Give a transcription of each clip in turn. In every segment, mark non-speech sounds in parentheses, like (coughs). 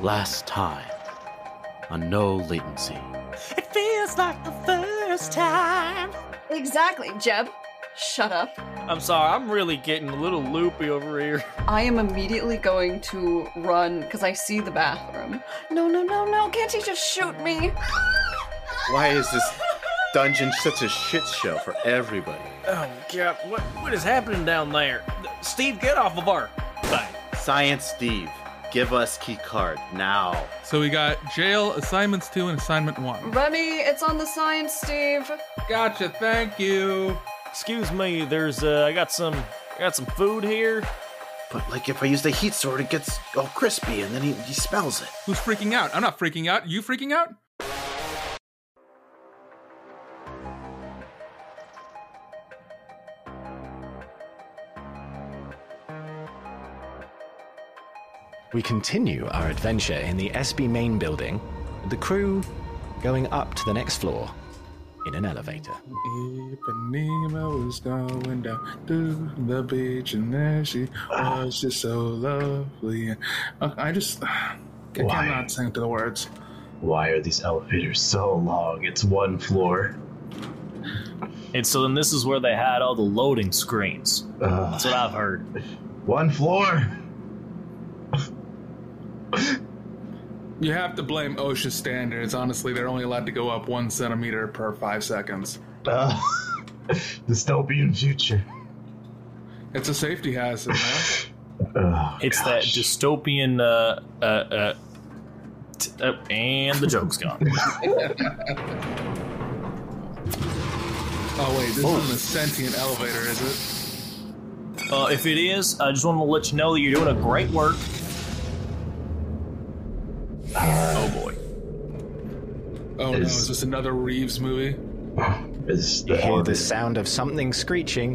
last time on no latency. It feels like the first time. Exactly, Jeb. Shut up. I'm sorry, I'm really getting a little loopy over here. I am immediately going to run because I see the bathroom. No, no, no, no. Can't he just shoot me? Why is this dungeon such a shit show for everybody? Oh god, what what is happening down there? Steve, get off of her. Bye. Science Steve, give us key card now. So we got jail assignments two and assignment one. (gasps) Remy, it's on the science, Steve. Gotcha. Thank you. Excuse me, there's uh, I got some I got some food here. But like if I use the heat sword, it gets all crispy and then he, he smells it. Who's freaking out? I'm not freaking out. You freaking out? We continue our adventure in the SB main building, the crew going up to the next floor in an elevator. Ipanema was going down to the beach, and there she was, just so lovely. And uh, I just, (sighs) I Why? cannot sing to the words. Why are these elevators so long? It's one floor. And so then this is where they had all the loading screens. Ugh. That's what I've heard. One floor? You have to blame OSHA standards. Honestly, they're only allowed to go up one centimeter per five seconds. Uh, (laughs) dystopian future. It's a safety hazard, man. (laughs) Oh, It's that gosh. dystopian. Uh, uh, uh, t- uh, and the (laughs) joke's gone. Oh wait, this isn't a sentient elevator, is it? uh, if it is, I just want to let you know that you're doing a great work. Oh boy. Oh no, Is- is this another Reeves movie? It's You the hear the elevator. sound of something screeching,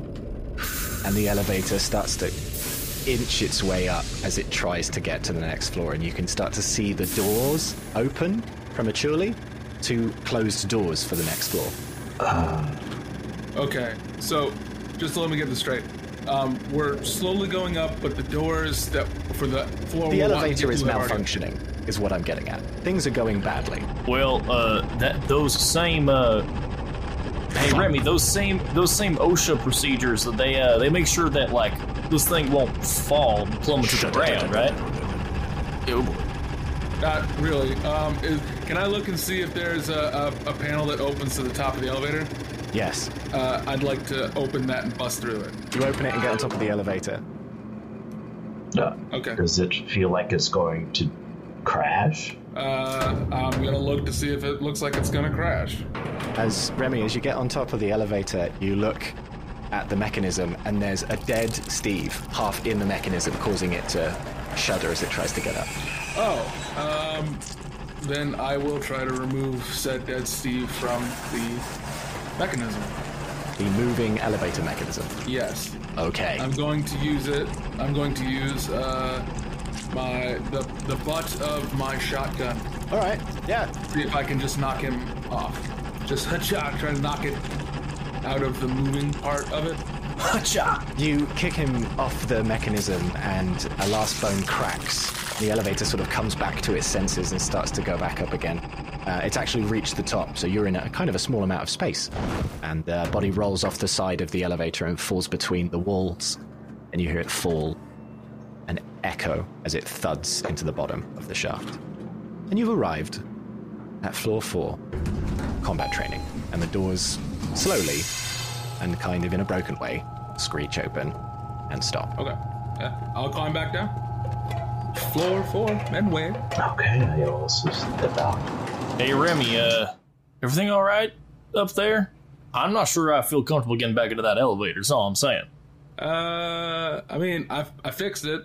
and the elevator starts to inch its way up as it tries to get to the next floor. And you can start to see the doors open prematurely to closed doors for the next floor. Okay, so just let me get this straight. Um, we're slowly going up, but the doors that for the floor The we want to elevator get is to have already- malfunctioning, is what I'm getting at. Things are going badly. Well, uh, that those same. Uh, hey Remy, those same those same OSHA procedures that they uh, they make sure that like this thing won't fall and plummet to the ground, right? Oh boy. Not really. Um, is, can I look and see if there's a, a, a panel that opens to the top of the elevator? Yes. Uh, I'd like to open that and bust through it. You open it and get on top of the elevator. Uh, Okay. Does it feel like it's going to crash? Uh, I'm gonna look to see if it looks like it's gonna crash. As Remy, as you get on top of the elevator, you look at the mechanism, and there's a dead Steve half in the mechanism, causing it to shudder as it tries to get up. Oh, um, then I will try to remove said dead Steve from the mechanism. The moving elevator mechanism. Yes. Okay. I'm going to use it. I'm going to use uh, my the the butt of my shotgun. All right. Yeah. See if I can just knock him off. Just (laughs) headshot, try to knock it out of the moving part of it. You kick him off the mechanism, and a last bone cracks. The elevator sort of comes back to its senses and starts to go back up again. Uh, it's actually reached the top, so you're in a kind of a small amount of space. And the body rolls off the side of the elevator and falls between the walls, and you hear it fall and echo as it thuds into the bottom of the shaft. And you've arrived at floor four, combat training, and the doors slowly and kind of in a broken way screech open and stop. Okay. Yeah, I'll climb back down. Floor four, Medway. Okay, I also step out. Hey Remy, uh, everything all right up there? I'm not sure I feel comfortable getting back into that elevator. That's all I'm saying. Uh, I mean, I I fixed it.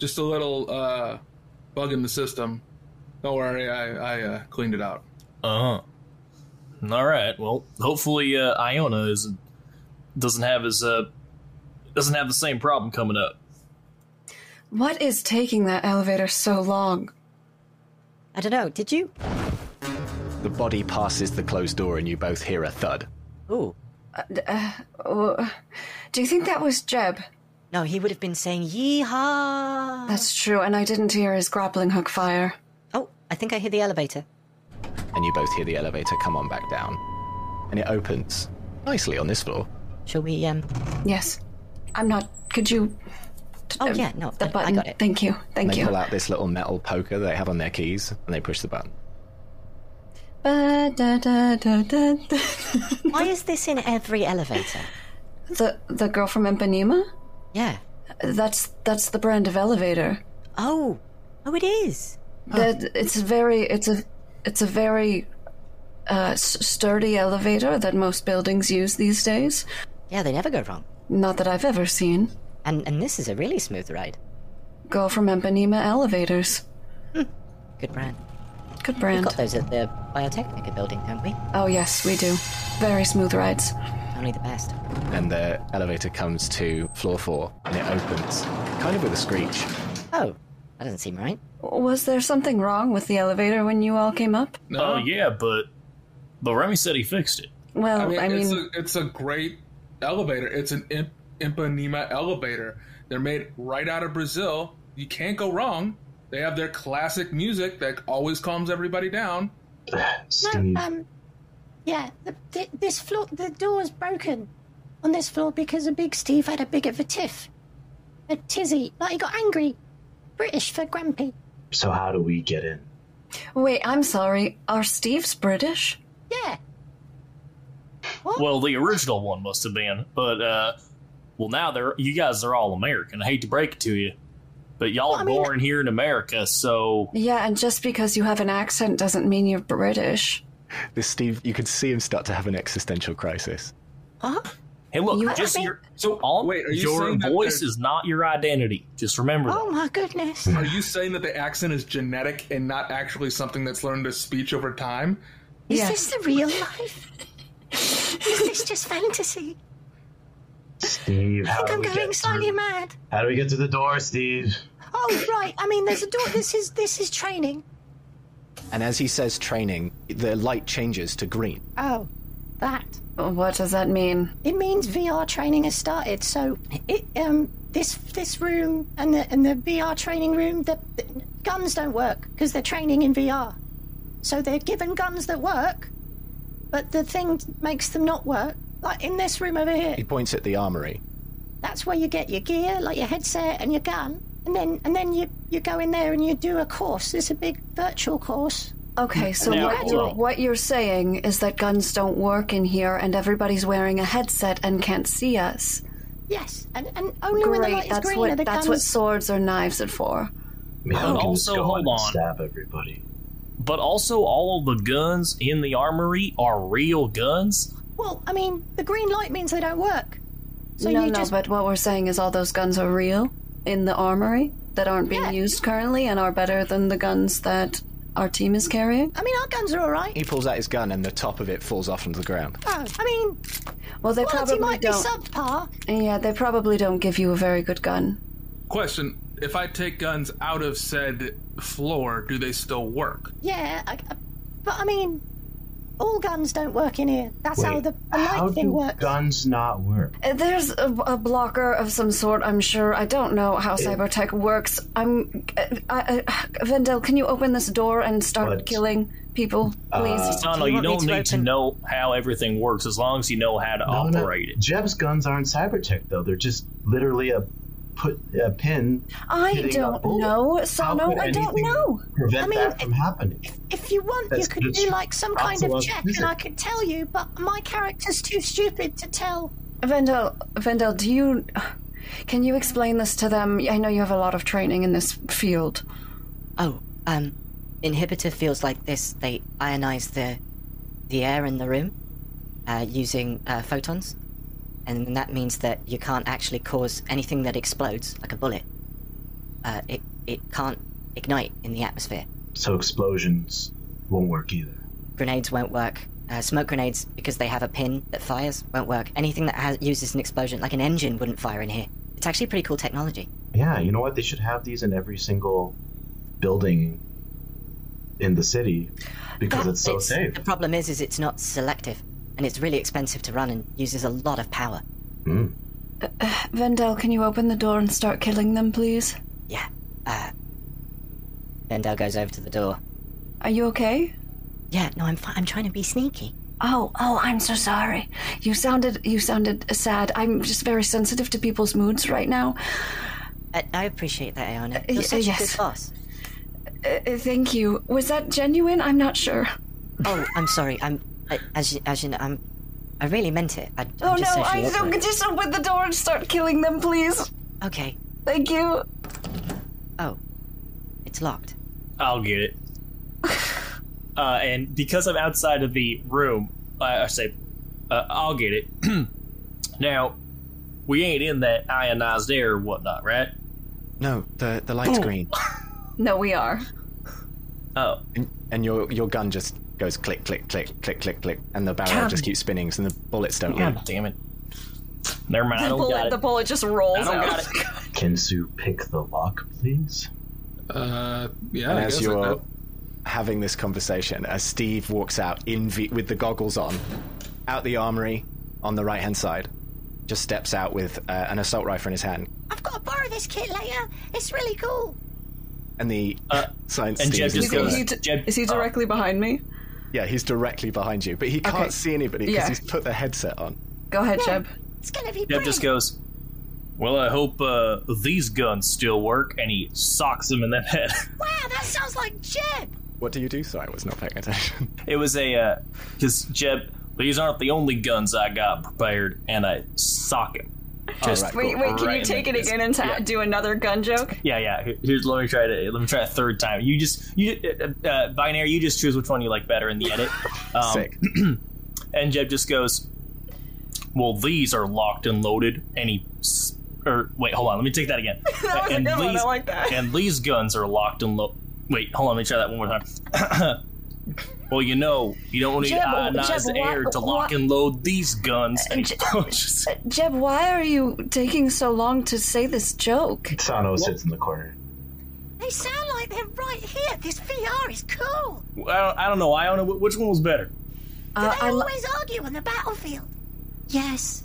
Just a little uh, bug in the system. Don't worry, I I uh, cleaned it out. Uh huh. All right. Well, hopefully uh, Iona is doesn't have his uh doesn't have the same problem coming up. What is taking that elevator so long? I don't know. Did you? The body passes the closed door and you both hear a thud. Ooh. Oh, Uh, uh, do you think that was Jeb? No, he would have been saying yeehaw. That's true, and I didn't hear his grappling hook fire. Oh, I think I hear the elevator. and you both hear the elevator come on back down. And it opens nicely on this floor. Shall we? Um. Yes. I'm not. Could you. t- Oh um, yeah, no, The I, I button. got it. Thank you. And Thank they you. pull out this little metal poker they have on their keys and they push the button. Ba- da- da- da- da- da. (laughs) Why is this in every elevator? The the girl from Empanema? Yeah. That's that's the brand of elevator. Oh, oh, it is. That it's very it's a it's a very uh, s- sturdy elevator that most buildings use these days. Yeah, they never go wrong. Not that I've ever seen. And and this is a really smooth ride. Girl from Empanema Elevators. Good brand. Good We've brand. got those at the Biotechnica building, don't we? Oh yes, we do. Very smooth rides. Only the best. And the elevator comes to floor four and it opens kind of with a screech. Oh, that doesn't seem right. Was there something wrong with the elevator when you all came up? No, Oh yeah, but but Remy said he fixed it. Well, I mean, Oh, I mean, it's, a, it's a great elevator. It's an imp, Impanema elevator. They're made right out of Brazil. You can't go wrong. They have their classic music that always calms everybody down. Steve, um, yeah, the, th- this floor, the door was broken on this floor because a big Steve had a bit of a tiff, a tizzy. Like he got angry, British for grumpy. so how do we get in? wait, I'm sorry. Are Steve's British? Yeah, Well, the original one must have been, but uh, well now they're you guys are all American. I hate to break it to you, but y'all are born here in America, so Yeah, and just because you have an accent doesn't mean you're British. This Steve, you could see him start to have an existential crisis. hey, look, You- just I think- your so all Wait, are you your saying that voice there's- is not your identity. Just remember that. Oh my goodness. Are you saying that the accent is genetic and not actually something that's learned as speech over time? Is Yeah. this the real life? Is this just fantasy? Steve, I how think do Uh, I'm we going get slightly through? mad. How do we get through the door, Steve? Oh right, I mean, there's a door. This is this is training. And as he says training, the light changes to green. Oh, that. (laughs) What does that mean? It means VR training has started. So it um this this room and the and the VR training room the, the guns don't work because they're training in VR. So they're given guns that work, but the thing makes them not work. Like in this room over here, He points at the armory. that's where you get your gear, like your headset and your gun, and then and then you you go in there and you do a course. It's a big virtual course. Okay, so Now, what hold you're, on. what you're saying is that guns don't work in here, and everybody's wearing a headset and can't see us. Yes, and and only when the Great, light is that's green are what the that's guns. what swords or knives are for. I mean, how can we also, go Oh, hold in and on. stab everybody? But also, all of the guns in the armory are real guns. Well, I mean, the green light means they don't work. So no, you no, just but what we're saying is all those guns are real in the armory that aren't being Yeah. used currently and are better than the guns that our team is carrying. I mean, our guns are all right. He pulls out his gun and the top of it falls off onto the ground. Oh, I mean, Well, they probably quality might don't. be subpar. yeah, they probably don't give you a very good gun. Question If I take guns out of said floor, do they still work? Yeah, I, I- but I mean, all guns don't work in here. That's how Wait, the, the light how thing do works. guns not work? Uh, There's a, a blocker of some sort, I'm sure. I don't know how cybertech works. I'm. I, I, Vendel, can you open this door and start What? Uh, killing people, please? Sano, Do you you, want me don't to need to open- know how everything works as long as you know how to No, no. operate it. Jeb's guns aren't cybertech though. They're just literally a put a pin. I hitting a don't bullet. know, How Sano. could I don't anything know. Prevent I mean, that from happening. if you want, you That's could just do like some kind of absolute check, physics. and I could tell you. But my character's too stupid to tell. Vendel, Vendel, do you. Can you explain this to them? I know you have a lot of training in this field. Oh, um, inhibitor feels like this. They ionize the the air in the room uh, using uh, photons, and that means that you can't actually cause anything that explodes, like a bullet. Uh, it it can't ignite in the atmosphere. So explosions won't work either. Grenades won't work. Uh, smoke grenades, because they have a pin that fires, won't work. Anything that has, uses an explosion, like an engine, wouldn't fire in here. It's actually pretty cool technology. Yeah, you know what? They should have these in every single building in the city because But it's so safe. The problem is, is it's not selective, and it's really expensive to run and uses a lot of power. Mm. Uh, Vendel, can you open the door and start killing them, please? Vendel uh, goes over to the door. Are you okay? Yeah, no, I'm fine. I'm trying to be sneaky. Oh, oh, I'm so sorry. You sounded you sounded sad. I'm just very sensitive to people's moods right now. I, I appreciate that, Ayana. Uh, You're y- such a yes. good boss. Uh, thank you. Was that genuine? I'm not sure. Oh, I'm sorry. I'm I, as you, as you know, I'm I really meant it. I, oh I'm just no, I socially so, awkward. could just open the door and start killing them, please. Okay. Oh. Thank you. It's locked. I'll get (laughs) it. uh, and because I'm outside of the room, I, I say, uh, I'll get it. (clears throat) now, we ain't in that ionized air or whatnot, right? No, the the light's green, No, we are. Oh. and, and your your gun just goes click click click click click click, and the barrel God. just keeps spinning, so the bullets don't. God damn it! Never mind. I The don't got bullet, it. the bullet just rolls I don't out. got it. (laughs) Can Sue pick the lock, please? Uh, yeah. and I as guess you're I- having this conversation, as Steve walks out in v- with the goggles on, out the armory on the right hand side, just steps out with uh, an assault rifle in his hand, I've got to borrow this kit later. It's really cool. and the science Uh, and Steve Jeb is just in the goes- corner. Is he- Jeb- Oh. is he directly behind me? (laughs) Yeah, he's directly behind you, but he can't Okay. see anybody because Yeah. he's put the headset on. Go ahead, Jeb. It's gonna be Jeb brilliant. just goes. Well, I hope uh, these guns still work, and he socks him in the head. (laughs) Wow, that sounds like Jeb. What do you do? Sorry, I was not paying attention. (laughs) It was a because Jeb. These aren't the only guns I got prepared, and I sock him. Just All right, Wait, cool. wait, can Right you in take the it again and ta- yeah. do another gun joke? Yeah, yeah. Here- Here's let me try it. Let me try a third time. You just you uh, uh, binary. You just choose which one you like better in the (laughs) edit. Um, Sick. And Jeb just goes, "Well, these are locked and loaded." And he, s- or wait, hold on. Let me take that again. (laughs) That was a and good one. I like that. And these guns are locked and loaded. Wait, hold on. Let me try that one more time. (coughs) well, you know, you don't need Jeb, ionized Jeb, Uh, why- air to lock why- and load these guns. And he (laughs) Jeb- punches. Jeb, why are you taking so long to say this joke? Sano sits in the corner. They sound like they're right here. This VR is cool. I don't, I don't know. I don't know which one was better. Uh, They I, li- always argue on the battlefield. Yes.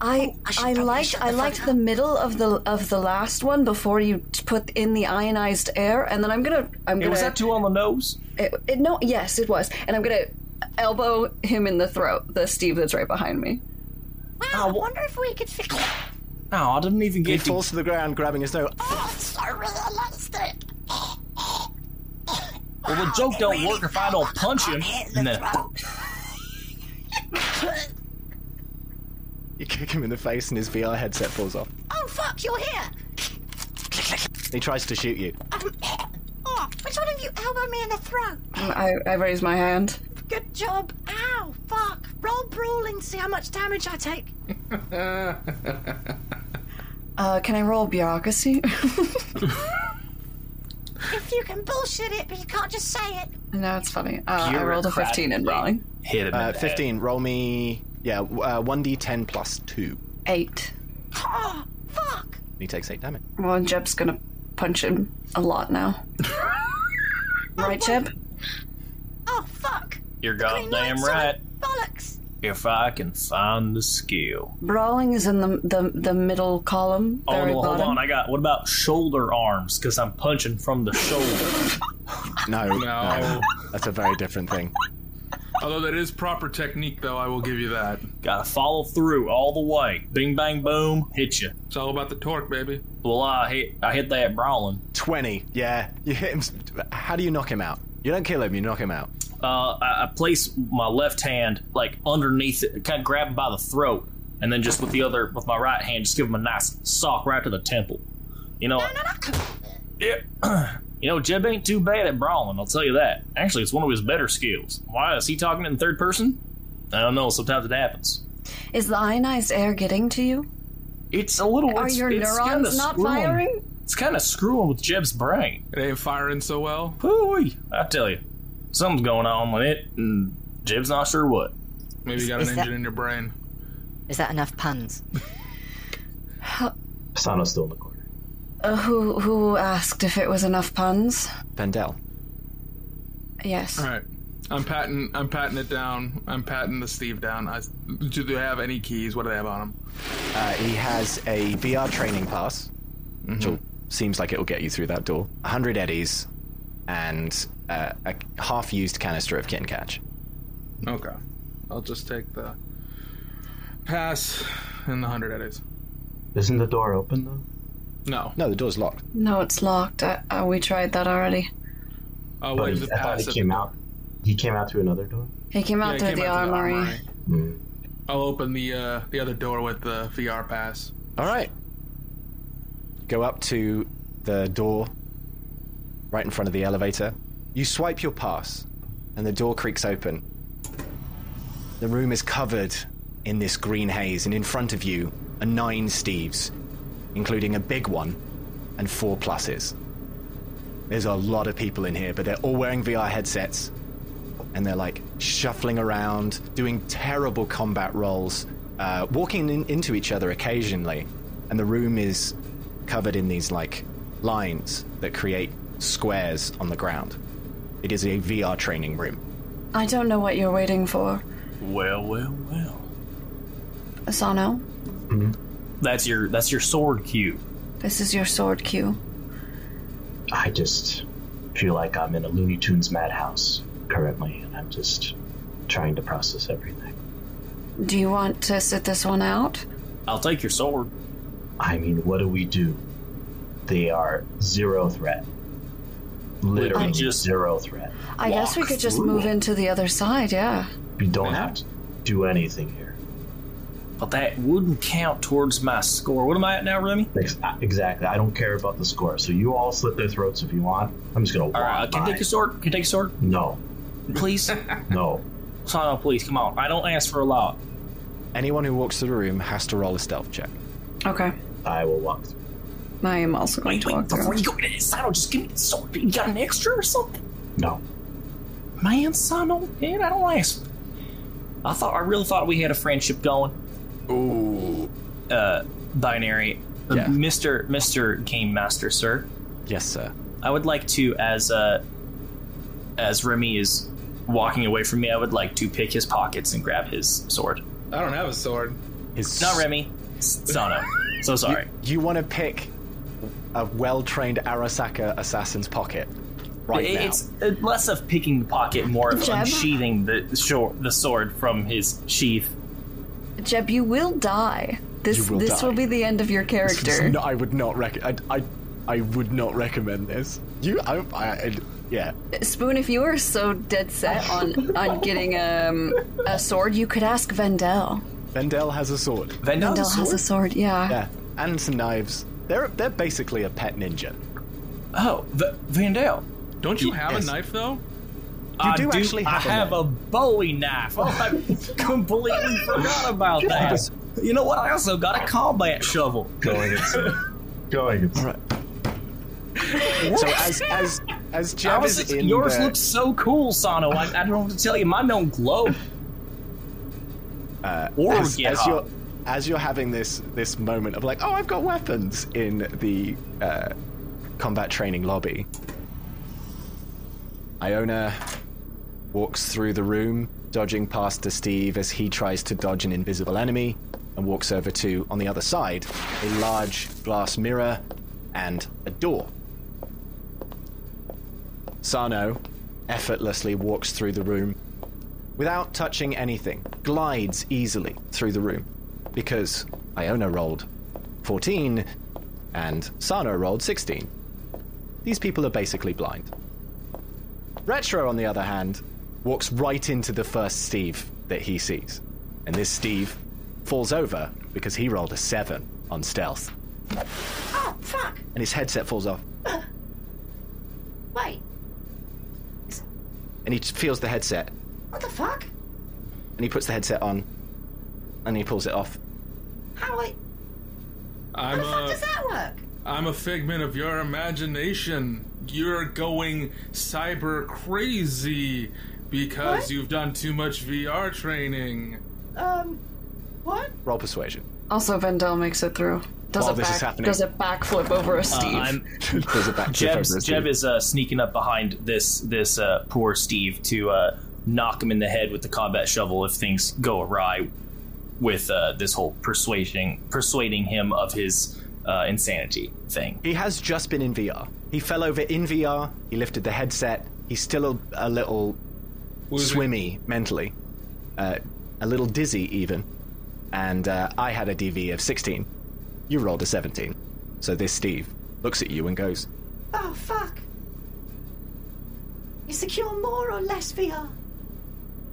I, I I should probably liked shut the I fuck liked up. the middle of the of the last one before you t- put in the ionized air, and then I'm gonna I'm Hey, gonna was that two on the nose? it, it- no yes it was, and I'm gonna elbow him in the throat, the Steve that's right behind me. Wow, Oh. I wonder if we could fix No, I didn't even He get to falls to the ground, grabbing his throat. Oh, I'm so realistic. Well, the joke don't work if I don't punch him. And (laughs) then, Oh, You kick him in the face, and his VR headset falls off. Oh, fuck, you're here. He tries to shoot you. Oh, which one of you elbowed me in the throat? I, I raise my hand. Good job. Ow, fuck. Roll brawling, see how much damage I take. Uh, can I roll bureaucracy? (laughs) If you can bullshit it, but you can't just say it. no, it's funny. Uh, I rolled a Bureaucratic. 15 in brawling. hit him. in Uh, the head. Fifteen. Roll me. Yeah, uh, one d ten plus two. Eight. Oh, fuck. He takes eight damage. Well, and Jeb's gonna punch him a lot now. right, Jeb? Oh, fuck. You're Green goddamn light's on. right. Bollocks. If I can find the skill. Brawling is in the the, the middle column, Oh, very no, hold bottom. on. I got. What about shoulder arms? Because I'm punching from the shoulder. No, No. that's a very different thing. Although that is proper technique, though, I will give you that. Gotta follow through all the way. Bing, bang, boom. Hit you. It's all about the torque, baby. Well, I hit. I hit that brawling. Twenty. Yeah, (laughs) you hit him. s- How do you knock him out? You don't kill him. You knock him out. Uh, I, I place my left hand like underneath it, kind of grab him by the throat, and then just with the other, with my right hand, just give him a nice sock right to the temple. You know. Yeah. (clears throat) You know, Jeb ain't too bad at brawling, I'll tell you that. Actually, it's one of his better skills. Why is he talking in third person? I don't know, sometimes it happens. Is the ionized air getting to you? It's a little. Are it's, your it's kinda neurons not screwing- firing? It's kind of screwing with Jeb's brain. It ain't firing so well. Hooey! I tell you, something's going on with it, and Jeb's not sure what. Maybe you got Is an that- engine in your brain. Is that enough puns? Sano's still in the corner. Uh, who who asked if it was enough puns? Vendel. Yes. All right. I'm patting. I'm patting it down. I'm patting the Steve down. I, do they have any keys? What do they have on them? Uh, he has a VR training pass, which will- seems like it will get you through that door. 100 eddies and uh, a half used canister of kin catch. Okay, I'll just take the pass and the hundred eddies. Isn't the door open though? No. No, the door's locked. No, it's locked. Uh, uh, we tried that already. Oh, But wait, he, the I thought pass he at came the out. He came out through another door. He came out Yeah, through came the out through the armory. Hmm. I'll open the uh, the other door with the VR pass. All right. Go up to the door right in front of the elevator. You swipe your pass, and the door creaks open. The room is covered in this green haze, and in front of you are nine Steves, including a big one and four pluses. There's a lot of people in here, but they're all wearing VR headsets, and they're like shuffling around, doing terrible combat rolls, uh, walking in, into each other occasionally, and the room is covered in these like lines that create squares on the ground. It is a VR training room. I don't know what you're waiting for, Well, well, well. Asano. That's your that's your sword cue. This is your sword cue. I just feel like I'm in a Looney Tunes madhouse currently, and I'm just trying to process everything. Do you want to sit this one out? I'll take your sword. I mean, what do we do? They are zero threat. Literally just- zero threat. I guess we Walk could just through. move into the other side, yeah. We don't have to do anything here. But that wouldn't count towards my score. What am I at now, Remy? uh, Exactly. I don't care about the score. So you all slit their throats if you want. I'm just gonna walk. All right, can I take by. your sword? Can I take your sword? No, (laughs) Please? no. Asano, please, come on. I don't ask for a lot. Anyone who walks through the room has to roll a stealth check. Okay. I will walk through. I am also going to walk Before through. you go into Asano, just give me the sword. You got an extra or something? No. Man, Asano, man, I don't ask. I thought I really thought we had a friendship going. Ooh. Uh binary. Uh, Yeah. Mr. Mr. Game Master, sir. Yes, sir. I would like to, as uh, as Remy is walking away from me, I would like to pick his pockets and grab his sword. I don't have a sword. His Not Remy, Sano. So sorry. You want to pick a well-trained Arasaka assassin's pocket right It- now. it's uh, less of picking the pocket, more of Jeb? unsheathing the shor- the sword from his sheath. Jeb, you will die. This You will this die. will be the end of your This is character. not- I would not rec- I, I, I would not recommend this. You, I, I, I- yeah. Spoon, if you were so dead set on on getting um, a sword, you could ask Vendel. Vendel has a sword. Vendel Vendel has a sword, yeah. Yeah, and some knives. They're they're basically a pet ninja. Oh, v- Vandale. Don't you have Yes. a knife though? I do actually have a I have a Bowie knife. Oh, I completely forgot about that. You know what? I also got a combat shovel. Going insane. (laughs) Going insane. So as as as I Jeb was- is in yours the, looks so cool, Sano. I, I don't know what to tell you. Mine don't glow. uh, or as, get as up. you're as you're having this this moment of like, oh, I've got weapons in the uh, combat training lobby. Iona walks through the room, dodging past to Steve as he tries to dodge an invisible enemy, and walks over to on the other side a large glass mirror and a door. Sano effortlessly walks through the room without touching anything, glides easily through the room because Iona rolled 14 and Sano rolled 16. These people are basically blind. Retro, on the other hand, walks right into the first Steve that he sees. And this Steve falls over because he rolled a 7 on stealth. Oh, fuck! And his headset falls off, Wait, and he feels the headset, what the fuck? and he puts the headset on, and he pulls it off. How, I, how I'm uh, the fuck a does that work? I'm a figment of your imagination. You're going cyber crazy because What? you've done too much VR training. Um, what? Roll persuasion. Also, Vendel makes it through. Does While it this is back- happening- does a backflip over a Steve? I'm, There's a back Jeb's, Jeb is uh, sneaking up behind this this uh, poor Steve to uh, knock him in the head with the combat shovel if things go awry with uh, this whole persuading persuading him of his uh, insanity thing. He has just been in VR. He fell over in VR. He lifted the headset. He's still a, a little swimmy mentally, uh, a little dizzy even. And uh, I had a DV of 16. You rolled a 17. So this Steve looks at you and goes, Oh, fuck. Is the cure more or less VR?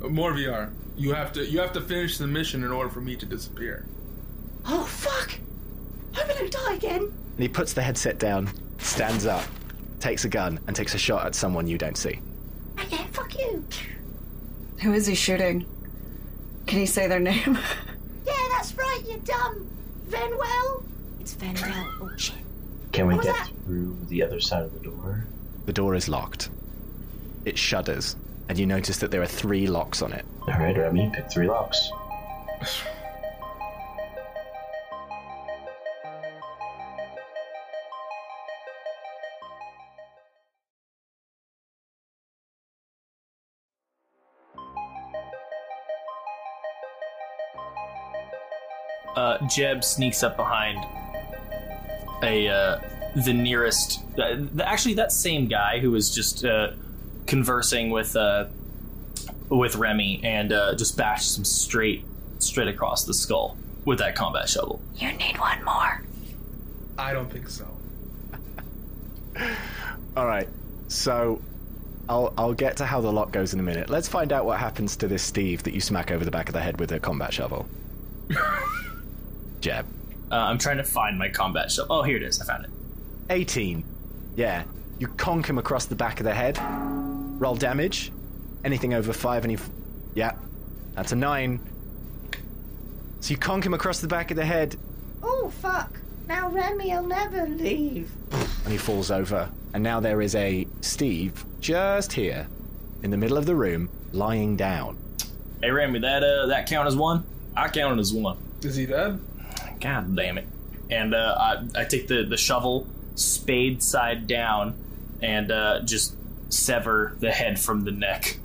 More VR. You have to you have to finish the mission in order for me to disappear. Oh, fuck. I'm gonna die again. and he puts the headset down, stands up, takes a gun, and takes a shot at someone you don't see. Oh, yeah, fuck you. Uh-huh. Who is he shooting? Can he say their name? (laughs) Yeah, that's right, you dumb. Venwell? It's Venwell. (laughs) Oh, shit. Can we What was get through the other side of the door? The door is locked. It shudders, and you notice that there are three locks on it. All right, Remy, pick three locks. Uh, Jeb sneaks up behind a uh, the nearest. Uh, th- actually, that same guy who was just uh, conversing with uh, with Remy and uh, just bashes him straight straight across the skull with that combat shovel. You need one more. I don't think so. All right, so I'll I'll get to how the lock goes in a minute. Let's find out what happens to this Steve that you smack over the back of the head with a combat shovel. Jeb, Uh, I'm trying to find my combat shovel. Oh, here it is. I found it. eighteen. Yeah, you conk him across the back of the head. Roll damage. Anything over five, and he, f- yeah, that's a nine. So you conk him across the back of the head, Oh, fuck. Now Remy'll never leave. and he falls over. And now there is a Steve just here, in the middle of the room, lying down. Hey, Remy, that uh, that count as one. I count it as one. Is he dead? God damn it! And uh, I, I take the the shovel, spade side down, and uh, just sever the head from the neck.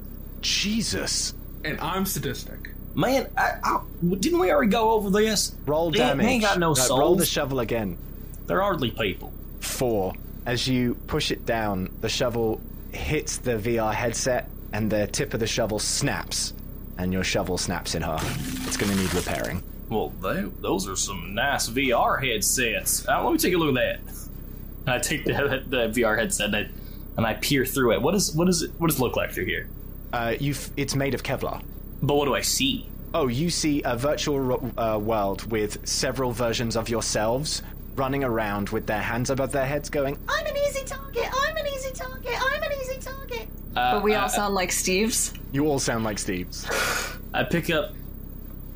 Jesus! And I'm sadistic. Man, I, I, didn't we already go over this? Roll They ain't- damage. They ain't got no Right, Roll the souls. shovel again. They're hardly people. Four. As you push it down, the shovel hits the VR headset, and the tip of the shovel snaps, and your shovel snaps in half. It's going to need repairing. Well, they, those are some nice VR headsets. Uh, let me take a look at that. And I take the, the VR headset and I, and I peer through it. What is what is it? What does it look like through here? Uh, you. have It's made of Kevlar. But what do I see? Oh, you see a virtual ro- uh, world with several versions of yourselves running around with their hands above their heads, going, I'm an easy target. I'm an easy target. I'm an easy target. Uh, but we uh, all sound like Steve's. "You all sound like Steve's." I pick up,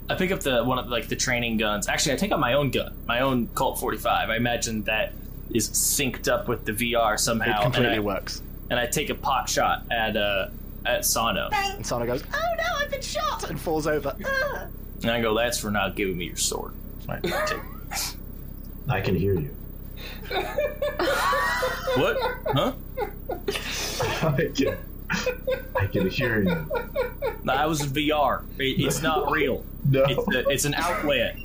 I pick up the one of like the training guns. Actually, I take out my own gun, my own Colt 45. I imagine that is synced up with the VR somehow. it completely and I, works. And I take a pot shot at uh at Sano, And Sana goes, Oh no, I've been shot. and falls over. Ugh. and I go, "That's for not giving me your sword." So I (laughs) take- I can hear you. what? Huh? (laughs) I can, I can hear you. No, I was in VR. It, it's not real. (laughs) No. It's, a, it's an outlet.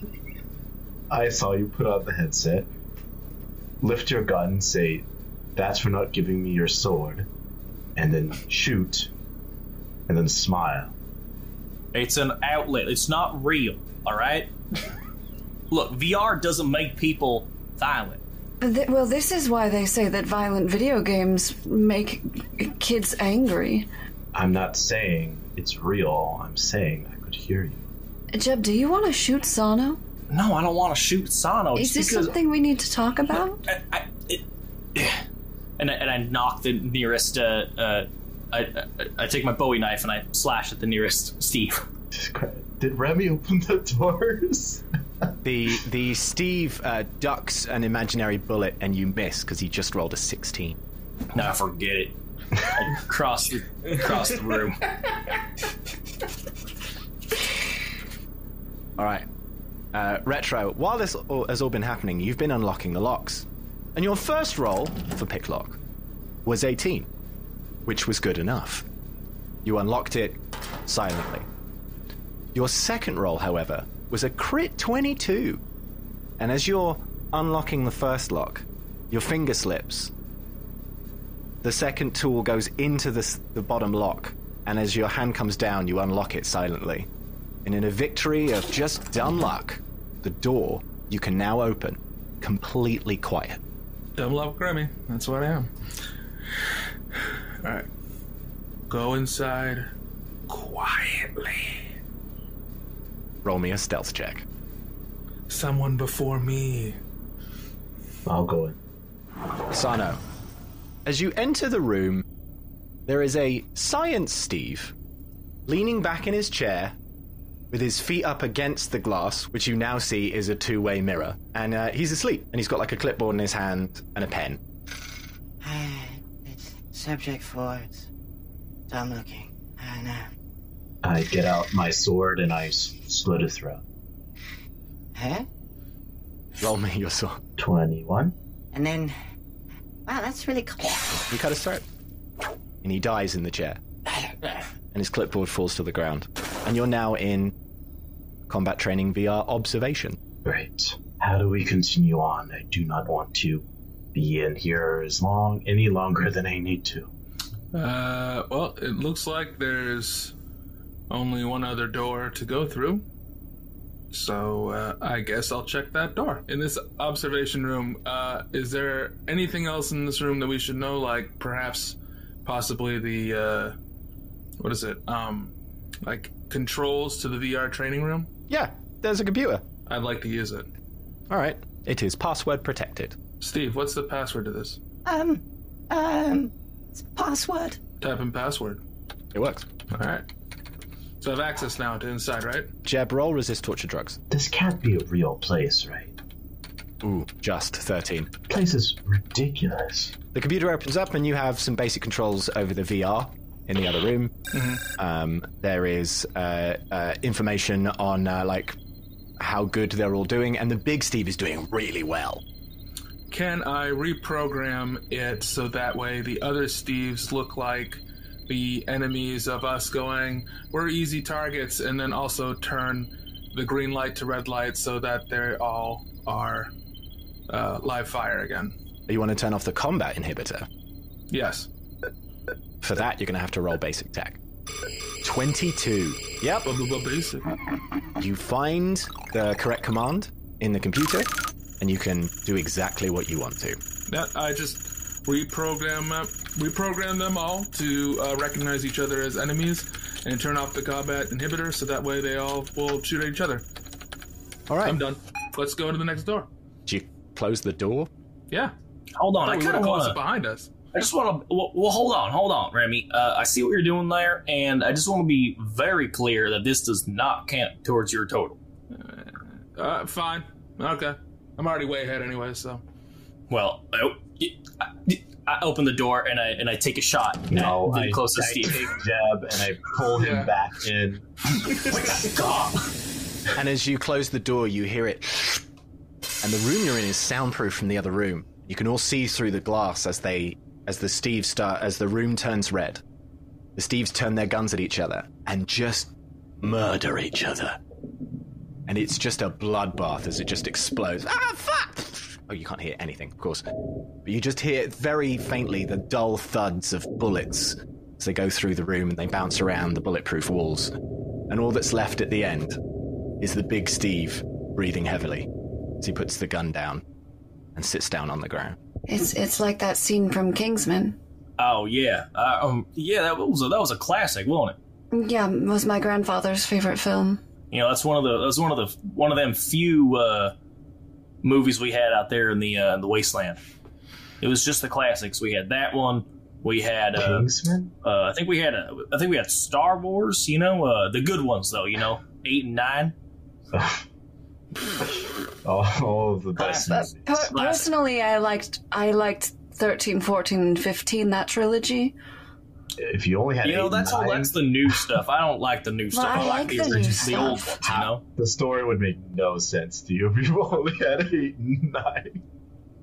I saw you put on the headset, lift your gun, say, That's for not giving me your sword, and then shoot, and then smile. It's an outlet. It's not real. All right. Look, VR doesn't make people violent. But th- well, this is why they say that violent video games make kids angry. I'm not saying it's real, I'm saying I could hear you. Jeb, do you want to shoot Sano? No, I don't want to shoot Sano. just Is this because- something we need to talk about? I, I, it, and I, and I knock the nearest. Uh, uh, I, I I take my Bowie knife and I slash at the nearest Steve. (laughs) (laughs) Did Remy open the doors? (laughs) The the Steve uh, ducks an imaginary bullet and you miss because he just rolled a sixteen. Nah, forget it. I cross the cross the room. All right, uh, retro. While this all, has all been happening, you've been unlocking the locks, and your first roll for pick lock was eighteen, which was good enough. You unlocked it, silently. Your second roll, however, was a crit 22. And as you're unlocking the first lock, your finger slips. The second tool goes into the, s- the bottom lock, and as your hand comes down, you unlock it silently. And in a victory of just dumb luck, the door you can now open completely quiet. Double up, Grammy. That's what I am. All right. Go inside quietly. Roll me a stealth check. Someone before me. I'll go in. Sano, as you enter the room, there is a science Steve leaning back in his chair with his feet up against the glass, which you now see is a two way mirror. And uh, he's asleep, and he's got like a clipboard in his hand and a pen. Subject four. It's dumb looking. I know. I get out my sword and I s- slit his throat. Huh? Roll me your sword. 21. And then, wow, that's really cool. You cut his throat. And he dies in the chair. And his clipboard falls to the ground. And you're now in combat training VR observation. Great. How do we continue on? I do not want to be in here as long any longer than I need to. Uh, well, it looks like there's only one other door to go through. So uh, I guess I'll check that door. In this observation room, uh, is there anything else in this room that we should know? Like perhaps, possibly the uh, what is it? Um, like controls to the VR training room. Yeah, there's a computer. I'd like to use it. All right. It is password protected. Steve, what's the password to this? Um, um, it's a password. Type in password. It works. All right. So I have access now to inside, right? Jeb, roll resist torture drugs. This can't be a real place, right? Ooh, just 13. Place is ridiculous. The computer opens up, and you have some basic controls over the VR in the other room. Um, there is uh, uh, information on uh, like how good they're all doing, and the big Steve is doing really well. Can I reprogram it so that way the other Steves look like the enemies of us going, we're easy targets, and then also turn the green light to red light so that they all are uh, live fire again? You want to turn off the combat inhibitor. Yes. For that, you're going to have to roll basic tech. 22. Yep. Basic. You find the correct command in the computer, and you can do exactly what you want to. That I just reprogram uh, reprogram them all to uh, recognize each other as enemies and turn off the combat inhibitor so that way they all will shoot at each other. All right. I'm done. Let's go to the next door. Do you close the door? Yeah. Hold on, Thought I Oh, we kinda would've closed wanna- it behind us. I just want to. Well, well, hold on, hold on, Remy. Uh, I see what you're doing there, and I just want to be very clear that this does not count towards your total. Uh, fine. Okay. I'm already way ahead anyway, so. Well, I, I- I open the door and I and I take a shot. No, at the I, closest I Steve. take Jeb and I pull him Yeah. back in. And as you close the door, you hear it. And the room you're in is soundproof from the other room. You can all see through the glass as they, as the Steves start, as the room turns red. The Steves turn their guns at each other and just murder each other. And it's just a bloodbath as it just explodes. Ah, fuck! Oh, you can't hear anything, of course. But you just hear very faintly the dull thuds of bullets as they go through the room and they bounce around the bulletproof walls. And all that's left at the end is the big Steve breathing heavily as he puts the gun down and sits down on the ground. It's it's like that scene from Kingsman. Oh yeah, uh, um, yeah. That was a, that was a classic, wasn't it? Yeah, was my grandfather's favorite film. You know, that's one of the that's one of the one of them few uh, movies we had out there in the uh, in the wasteland. It was just the classics. We had that one. We had uh, Kingsman? Uh, I think we had uh, I think we had Star Wars. You know, uh, the good ones though. You know, eight and nine. (laughs) All, Uh, oh, all of the best. Classic. movies. Per- personally, I liked I liked 13, 14, and 15, that trilogy. If you only had You know, eight that's and all. nine, That's the new stuff. I don't like the new Well, stuff. I, like I like the, the new original, the old stuff. ones. You know. the story would make no sense to you if you only had eight and nine.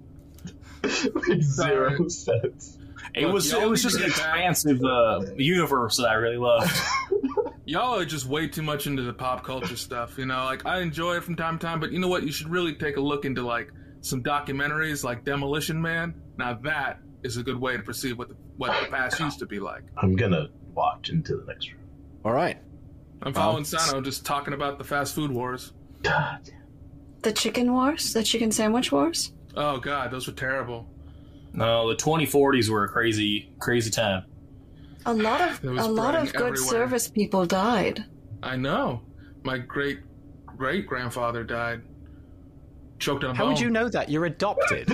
(laughs) Makes zero sense. It Look, was y'all it was need just to an get back. expansive uh, universe that I really loved. y'all are just way too much into the pop culture stuff. You know, like I enjoy it from time to time, but you know what? You should really take a look into like some documentaries, like Demolition Man. Now that is a good way to perceive what the, what the past used to be like. I'm gonna walk into the next room. All right. I'm following Sano, just talking about the fast food wars. The chicken wars? The chicken sandwich wars? Oh god, those were terrible. No, the 2040s were a crazy, crazy time. A lot of There was a lot burning of good everywhere. service people died. I know. My great great grandfather died. Choked on a How bone. would you know that? You're adopted.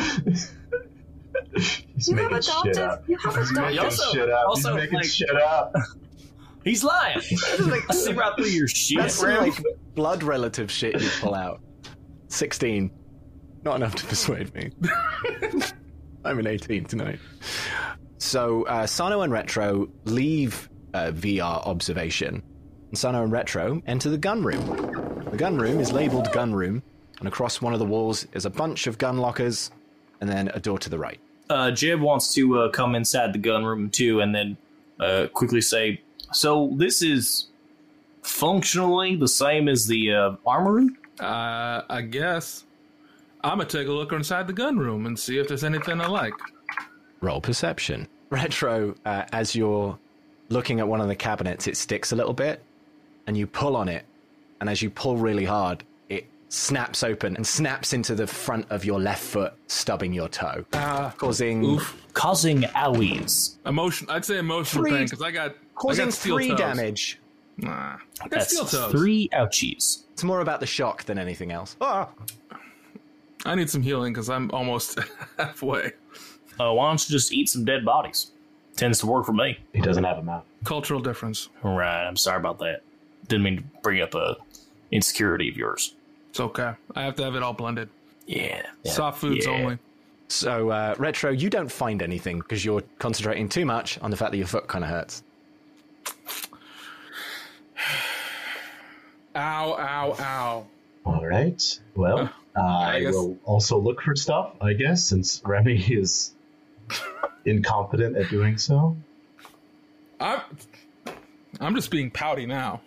He's You making have shit adopted- up. you have He's making adopted- Also- shit up. also, He's making like- shit up. He's lying. I see right through your shit. That's some, like blood relative shit you pull out. 16. Not enough to persuade me. (laughs) I'm an 18 tonight. So, uh, Sano and Retro leave uh, VR observation. And Sano and Retro enter the gun room. The gun room is labeled gun room, and across one of the walls is a bunch of gun lockers and then a door to the right. uh, Jeb wants to uh, come inside the gun room too, and then uh, quickly say, "So this is functionally the same as the uh, armory." Uh, I guess. I'm gonna take a look inside the gun room and see if there's anything I like. Roll perception. Retro, uh, as you're looking at one of the cabinets, it sticks a little bit, and you pull on it, and as you pull really hard, it snaps open and snaps into the front of your left foot, stubbing your toe, Ah, causing causing owies. Emotion. I'd say emotional Three- pain because I got I causing got steel three toes. damage. Nah, I got That's steel toes. three ouchies. It's more about the shock than anything else. Ah. I need some healing because I'm almost (laughs) halfway. Uh, why don't you just eat some dead bodies? Tends to work for me. He doesn't have a mouth. Cultural difference. Right. I'm sorry about that. Didn't mean to bring up a insecurity of yours. It's okay. I have to have it all blended. Yeah. Soft foods Yeah. only. So, uh, Retro, you don't find anything because you're concentrating too much on the fact that your foot kind of hurts. Ow! Ow! Ow! All right. Well, I, guess- will also look for stuff, I guess, since Remy (laughs) is incompetent at doing so. I'm I'm just being pouty now.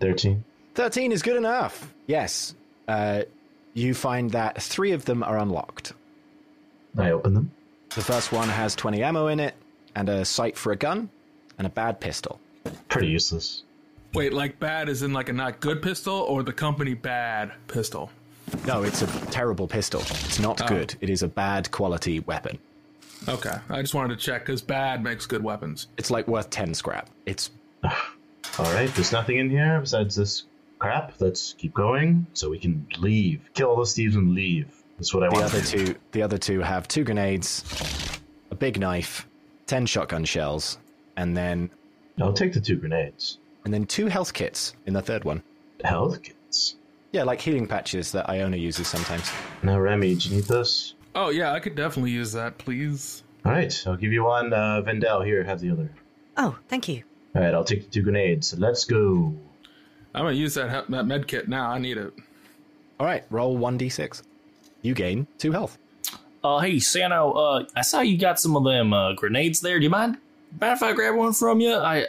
13. 13 is good enough. Yes. Uh, you find that three of them are unlocked. I open them. The first one has 20 ammo in it, and a sight for a gun, and a bad pistol. Pretty useless. Wait, like bad is in like a not good pistol or the company bad pistol? No, it's a terrible pistol. It's not good. It is a bad quality weapon. Okay, I just wanted to check because bad makes good weapons. It's like worth 10 scrap. It's All right. There's nothing in here besides this crap. Let's keep going so we can leave. Kill all those thieves and leave. That's what I the want. other to do. two the other two have two grenades, a big knife, 10 shotgun shells, and then I'll take the two grenades. and then two health kits in the third one. Health kits. Yeah, like healing patches that Iona uses sometimes. Now, Remy, do you need this? Oh yeah, I could definitely use that, please. All right. I'll give you one. Uh, Vendel, here, have the other. Oh, thank you. All right. I'll take the two grenades. Let's go. I'm gonna use that he- that med kit now. I need it. All right, roll 1d6. You gain 2 health. Uh, hey, Sano, uh, I saw you got some of them uh, grenades there. Do you mind? Mind if I grab one from you? I,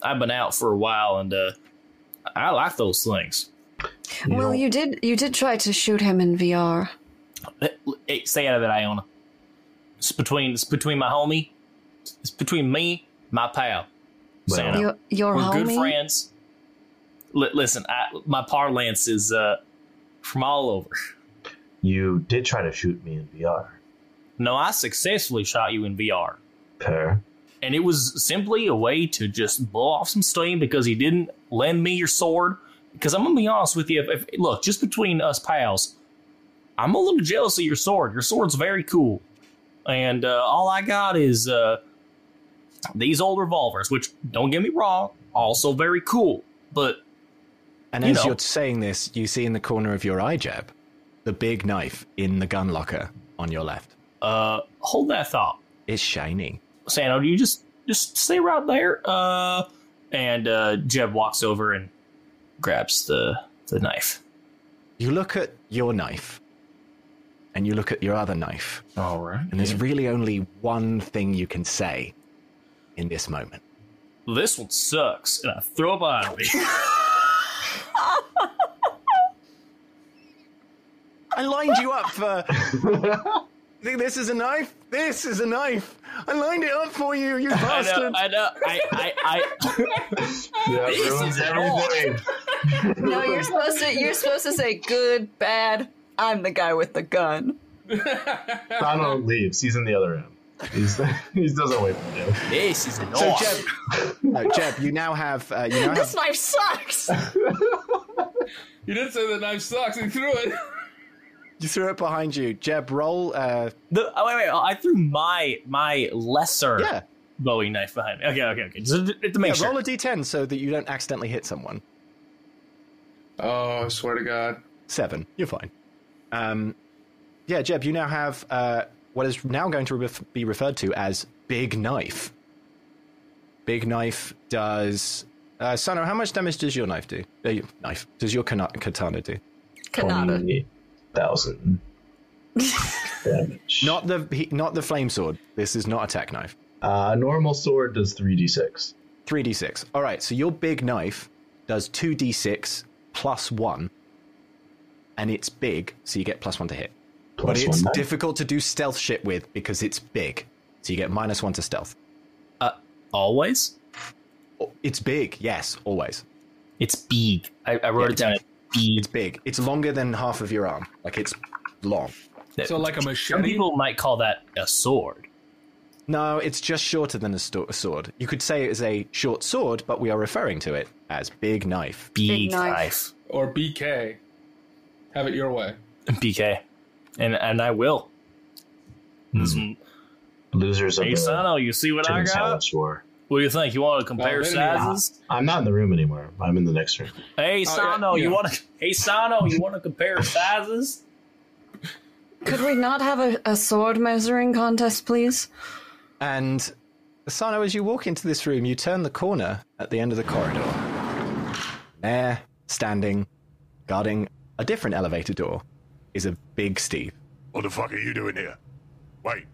I've been out for a while, and uh, I like those things. well, you did you did try to shoot him in VR. Hey, stay out of it, Iona. It's between it's between my homie. It's between me, my pal, Well- Sano. Your- your We're good homie? friends. Li- listen, I, my parlance is uh, from all over. You did try to shoot me in VR. No, I successfully shot you in VR. Per. and it was simply a way to just blow off some steam because he didn't lend me your sword. Because I'm gonna be honest with you, if, if look, just between us pals, I'm a little jealous of your sword. Your sword's very cool, and uh, all I got is uh, these old revolvers, which don't get me wrong, also very cool. But And You as know. you're saying this, you see in the corner of your eye, Jeb, the big knife in the gun locker on your left. uh, hold that thought. It's shiny. Sano, do you just just stay right there? Uh, and uh, Jeb walks over and grabs the the knife. You look at your knife, and you look at your other knife. All right. And there's really only one thing you can say in this moment. this one sucks, and I throw up idly. (laughs) I lined you up (laughs) for. Think this is a knife? This is a knife. I lined it up for you, you bastard. (laughs) I know. I know. I. (laughs) I, yeah, This ruins is all. everything. No, you're supposed to. You're supposed to say good, bad. I'm the guy with the gun. Donald leaves. He's in the other room. He's, (laughs) he doesn't wait for you. This is So Jeb, no, Jeb, you now have uh, you now have This knife sucks. You did say the knife sucks. and You threw it. you threw it behind you. Jeb, roll. Uh, The, oh, wait, wait. I threw my my lesser Yeah. Bowie knife behind me. Okay, okay, okay. Just to- to make yeah, sure. roll a d10 so that you don't accidentally hit someone. (laughs) Oh, I swear to God. Seven. You're fine. Um, yeah, Jeb, you now have uh, what is now going to ref- be referred to as Big Knife. Big Knife does. Uh, Sano, how much damage does your knife do? Uh, your knife. Does your kana- katana do? Um, Thousand. Not the he, not the flame sword. This is not a tech knife. Uh, normal sword does three d six. Three d six. All right. So your big knife does two d six plus one, and it's big, so you get plus one to hit. Plus but it's one knife. difficult to do stealth shit with because it's big, so you get minus one to stealth. Uh, always. It's big. Yes, always. It's big. I, I wrote it down. It's big. It's longer than half of your arm. Like it's long. So like a Some machete. people might call that a sword. No, it's just shorter than a, sto- a sword. You could say it is a short sword, but we are referring to it as big knife. Big knife. Or BK. Have it your way. (laughs) BK. And and I will. This one- Uh-huh. Losers of Hey, the Sano, you see what I Chicken got? Silence War. What do you think? You want to compare sizes? I'm not in the room anymore. I'm in the next room. Oh, Hey, yeah, Sano, yeah. you want to? Hey, Sano, you want to compare (laughs) sizes? Could we not have a, a sword measuring contest, please? And Sano, as you walk into this room, you turn the corner at the end of the corridor. There, standing, guarding a different elevator door, is a big Steve. What the fuck are you doing here? Wait,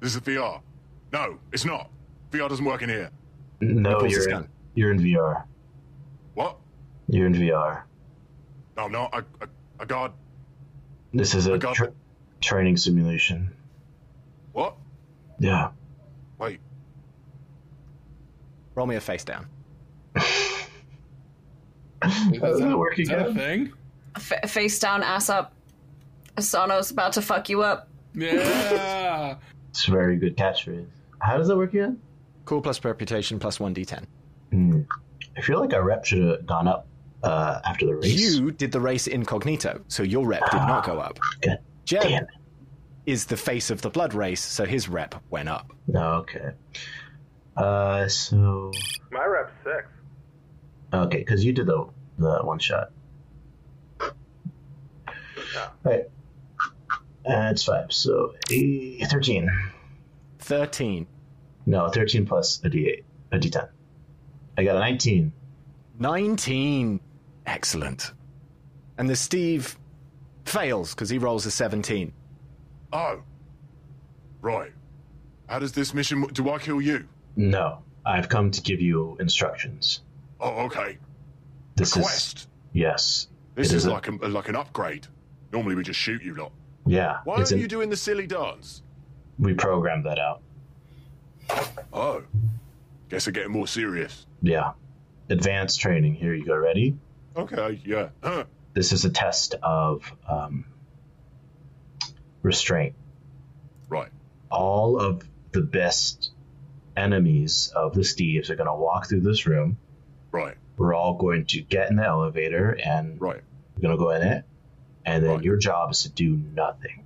this is VR. No, it's not. VR doesn't work in here. No, pulls his you're in, gun. you're in VR. What? You're in VR. No, no, I, I, I guard. This is a tra- training simulation. What? Yeah. Wait, Roll me a face down. Is that working is that a thing? F- face down, ass up. Asano's about to fuck you up. Yeah. It's a very good catchphrase. How does that work again? Cool plus reputation plus 1d10. Hmm. I feel like our rep should have gone up uh, after the race. You did the race incognito, so your rep did not go up. Ah, God Jeb is the face of the blood race, so his rep went up. No, okay. Uh, so My rep's six. okay, because you did the the one shot. Right. Uh, it's five, so eh, thirteen. 13. No, thirteen plus a d8, a d10. I got a nineteen. 19. Excellent. And the Steve fails because he rolls a 17. oh. Right. How does this mission. wo- Do I kill you? No, I've come to give you instructions. Oh, okay. This Quest. is yes. This it is a- like a, like an upgrade. Normally we just shoot you lot. yeah. Why it's are an- you doing the silly dance? we programmed that out. Oh. Guess I'm getting more serious. Yeah. Advanced training. Here you go. Ready? Okay, yeah. Huh. This is a test of um, restraint. Right. All of the best enemies of the Steves are going to walk through this room. Right. We're all going to get in the elevator and right. we're going to go in it. And then your job is to do nothing.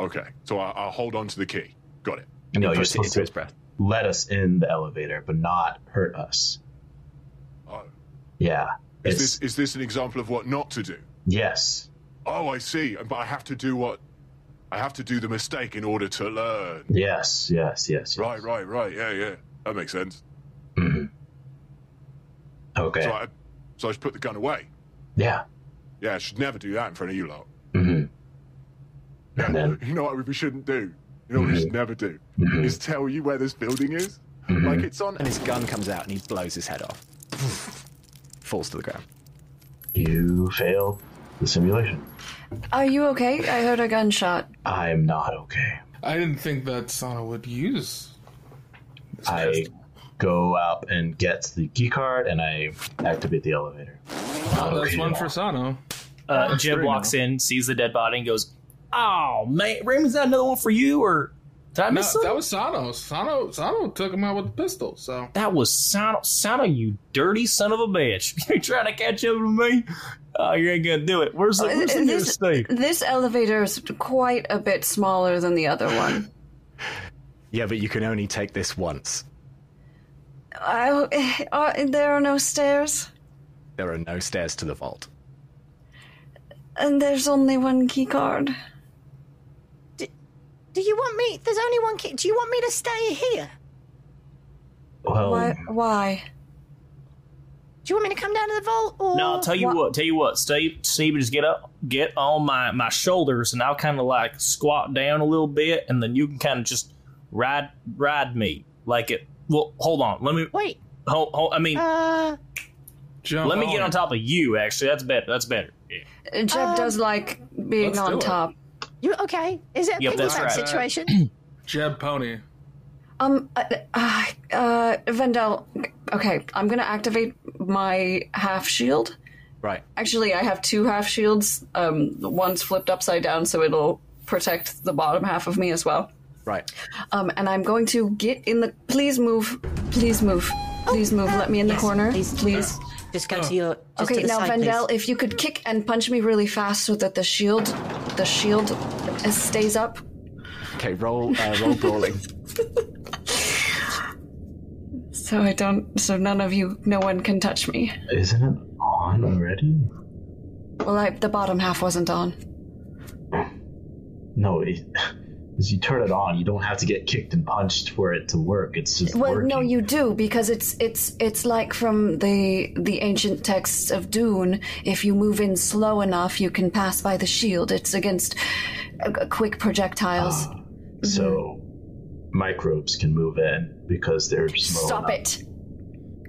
Okay. So I, I'll hold on to the key. Got it. no, you're supposed to let us in the elevator, but not hurt us. Oh. Yeah. Is It's- this is this an example of what not to do? yes. Oh, I see. But I have to do what? I have to do the mistake in order to learn. Yes. Yes. Yes. Right, right, right. Yeah, yeah. That makes sense. Mhm. Okay. So I, so I should put the gun away. yeah. Yeah, I should never do that in front of you lot. hmm Yeah, you know what we shouldn't do? You know what we should never do? Is tell you where this building is. Like it's on. And his gun comes out and he blows his head off. (sighs) Falls to the ground. You failed the simulation. Are you okay? I heard a gunshot. I'm not okay. I didn't think that Sana would use. I go up and get the key card and I activate the elevator. Oh, that's one for Sano. Uh, That's Jeb three walks in, sees the dead body, and goes, "Oh man, Raymond's that another one for you?" Or did I No, miss that was Sano. Sano. Sano took him out with a pistol. So That was Sano, Sano, you dirty son of a bitch! (laughs) you trying to catch up with me? Oh, you ain't gonna do it. Where's the, where's the nearest this, state? this elevator is quite a bit smaller than the other one. Yeah, but you can only take this once. I, are, there are no stairs, There are no stairs to the vault. and there's only one key card. Do you want me? There's only one kid. Do you want me to stay here? Oh. Well, why? Why? Do you want me to come down to the vault? Or No, I'll tell you what. Tell you what. Steve, Steve, just get up, get on my my shoulders, and I'll kind of like squat down a little bit, and then you can kind of just ride ride me like it. Well, hold on. Let me wait. Hold, hold I mean, Uh, Oh, let me get on top of you. Actually, that's better. That's better. Yeah. Jeb does like being Let's do on it. top. You okay? Is it a Yep, that's piggyback right. situation? Jeb Pony. Um, uh, uh, uh, Vendel. Okay, I'm gonna activate my half shield. Right. Actually, I have two half shields. Um, one's flipped upside down, so it'll protect the bottom half of me as well. Right. Um, and I'm going to get in the. Please move. Please move. Please move. Let me in the corner. Please. Just go to your. Just okay, to the now side, Vendel, please. if you could kick and punch me really fast so that the shield, the shield, uh, stays up. Okay, roll uh, roll brawling. So I don't. So none of you, no one can touch me. Isn't it on already? Well, I, the bottom half wasn't on. No, it, (laughs) as you turn it on, you don't have to get kicked and punched for it to work. It's just Well, working. no, you do because it's it's it's like from the the ancient texts of Dune. If you move in slow enough, you can pass by the shield. It's against uh, quick projectiles. Ah, So microbes can move in because they're slow. Mm-hmm. Stop it!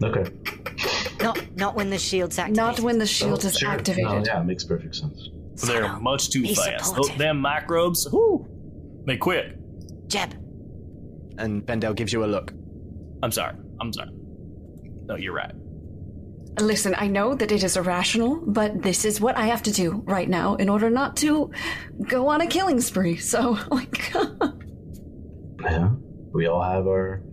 Okay. Not, not when the shield's activated. Not when the shield Oh, is sure. No, activated. yeah, it makes perfect sense. They're much too be fast. supportive. Th- them microbes, whoo, they quick. Jeb. and Vendel gives you a look. I'm sorry. I'm sorry. No, you're right. Listen, I know that it is irrational, but this is what I have to do right now in order not to go on a killing spree. (laughs) So, like, Yeah. We all have our.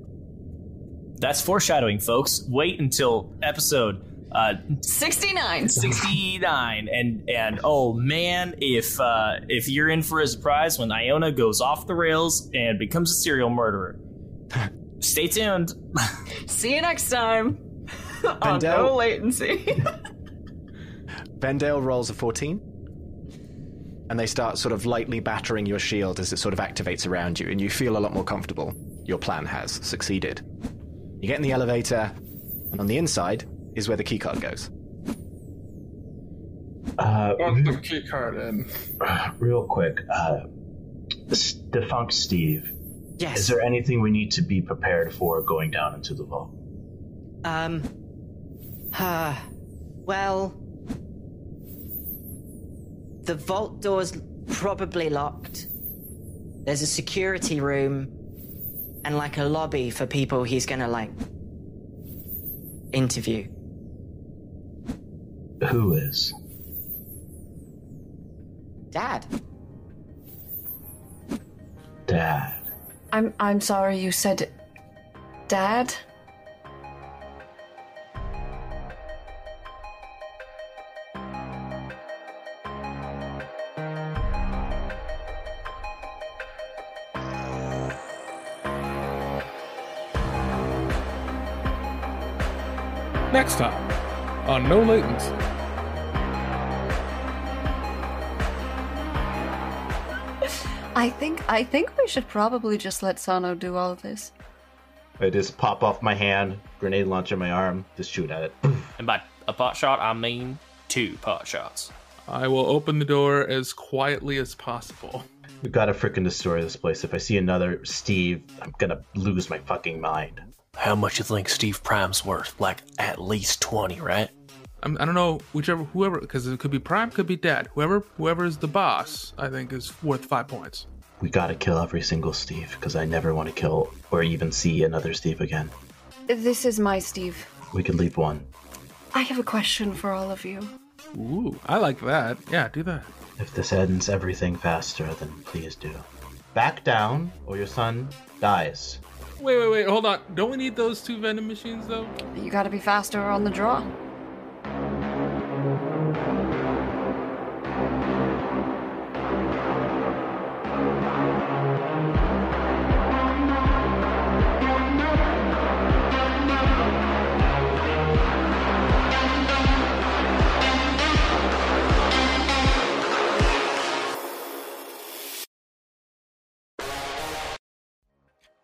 That's foreshadowing, folks. Wait until episode uh, 69. 69 and and oh man if uh if you're in for a surprise when iona goes off the rails and becomes a serial murderer stay tuned See you next time. (laughs) on Vendel. no latency. Vendale rolls a 14. And they start sort of lightly battering your shield as it sort of activates around you, and you feel a lot more comfortable. Your plan has succeeded. You get in the elevator, and on the inside is where the keycard goes. Uh, Want the key card in. real quick, uh, s- defunct Steve. Yes. Is there anything we need to be prepared for going down into the vault? Um. Uh, well. The vault door's probably locked. There's a security room and like a lobby for people he's gonna like interview. Who is? Dad. Dad. I'm I'm sorry you said, Dad. Next time on No Latency. I think I think we should probably just let Sano do all of this. I just pop off my hand, grenade (clears throat) launcher in my arm, just shoot at it. and by a pot shot i mean two pot shots I will open the door as quietly as possible. We gotta frickin' destroy this place. If I see another Steve, I'm gonna lose my fucking mind. How much you think Steve Prime's worth? Like at least twenty, right? I'm, I don't know whichever whoever because it could be Prime, could be Dad. Whoever whoever is the boss, I think is worth five points. We gotta kill every single Steve, because I never wanna kill or even see another Steve again. This is my Steve. We could leave one. I have a question for all of you. Ooh, I like that. Yeah, do that. If this ends everything faster, then please do. Back down, or your son dies. Wait, wait, wait. Hold on. Don't we need those two vending machines though? You gotta be faster on the draw.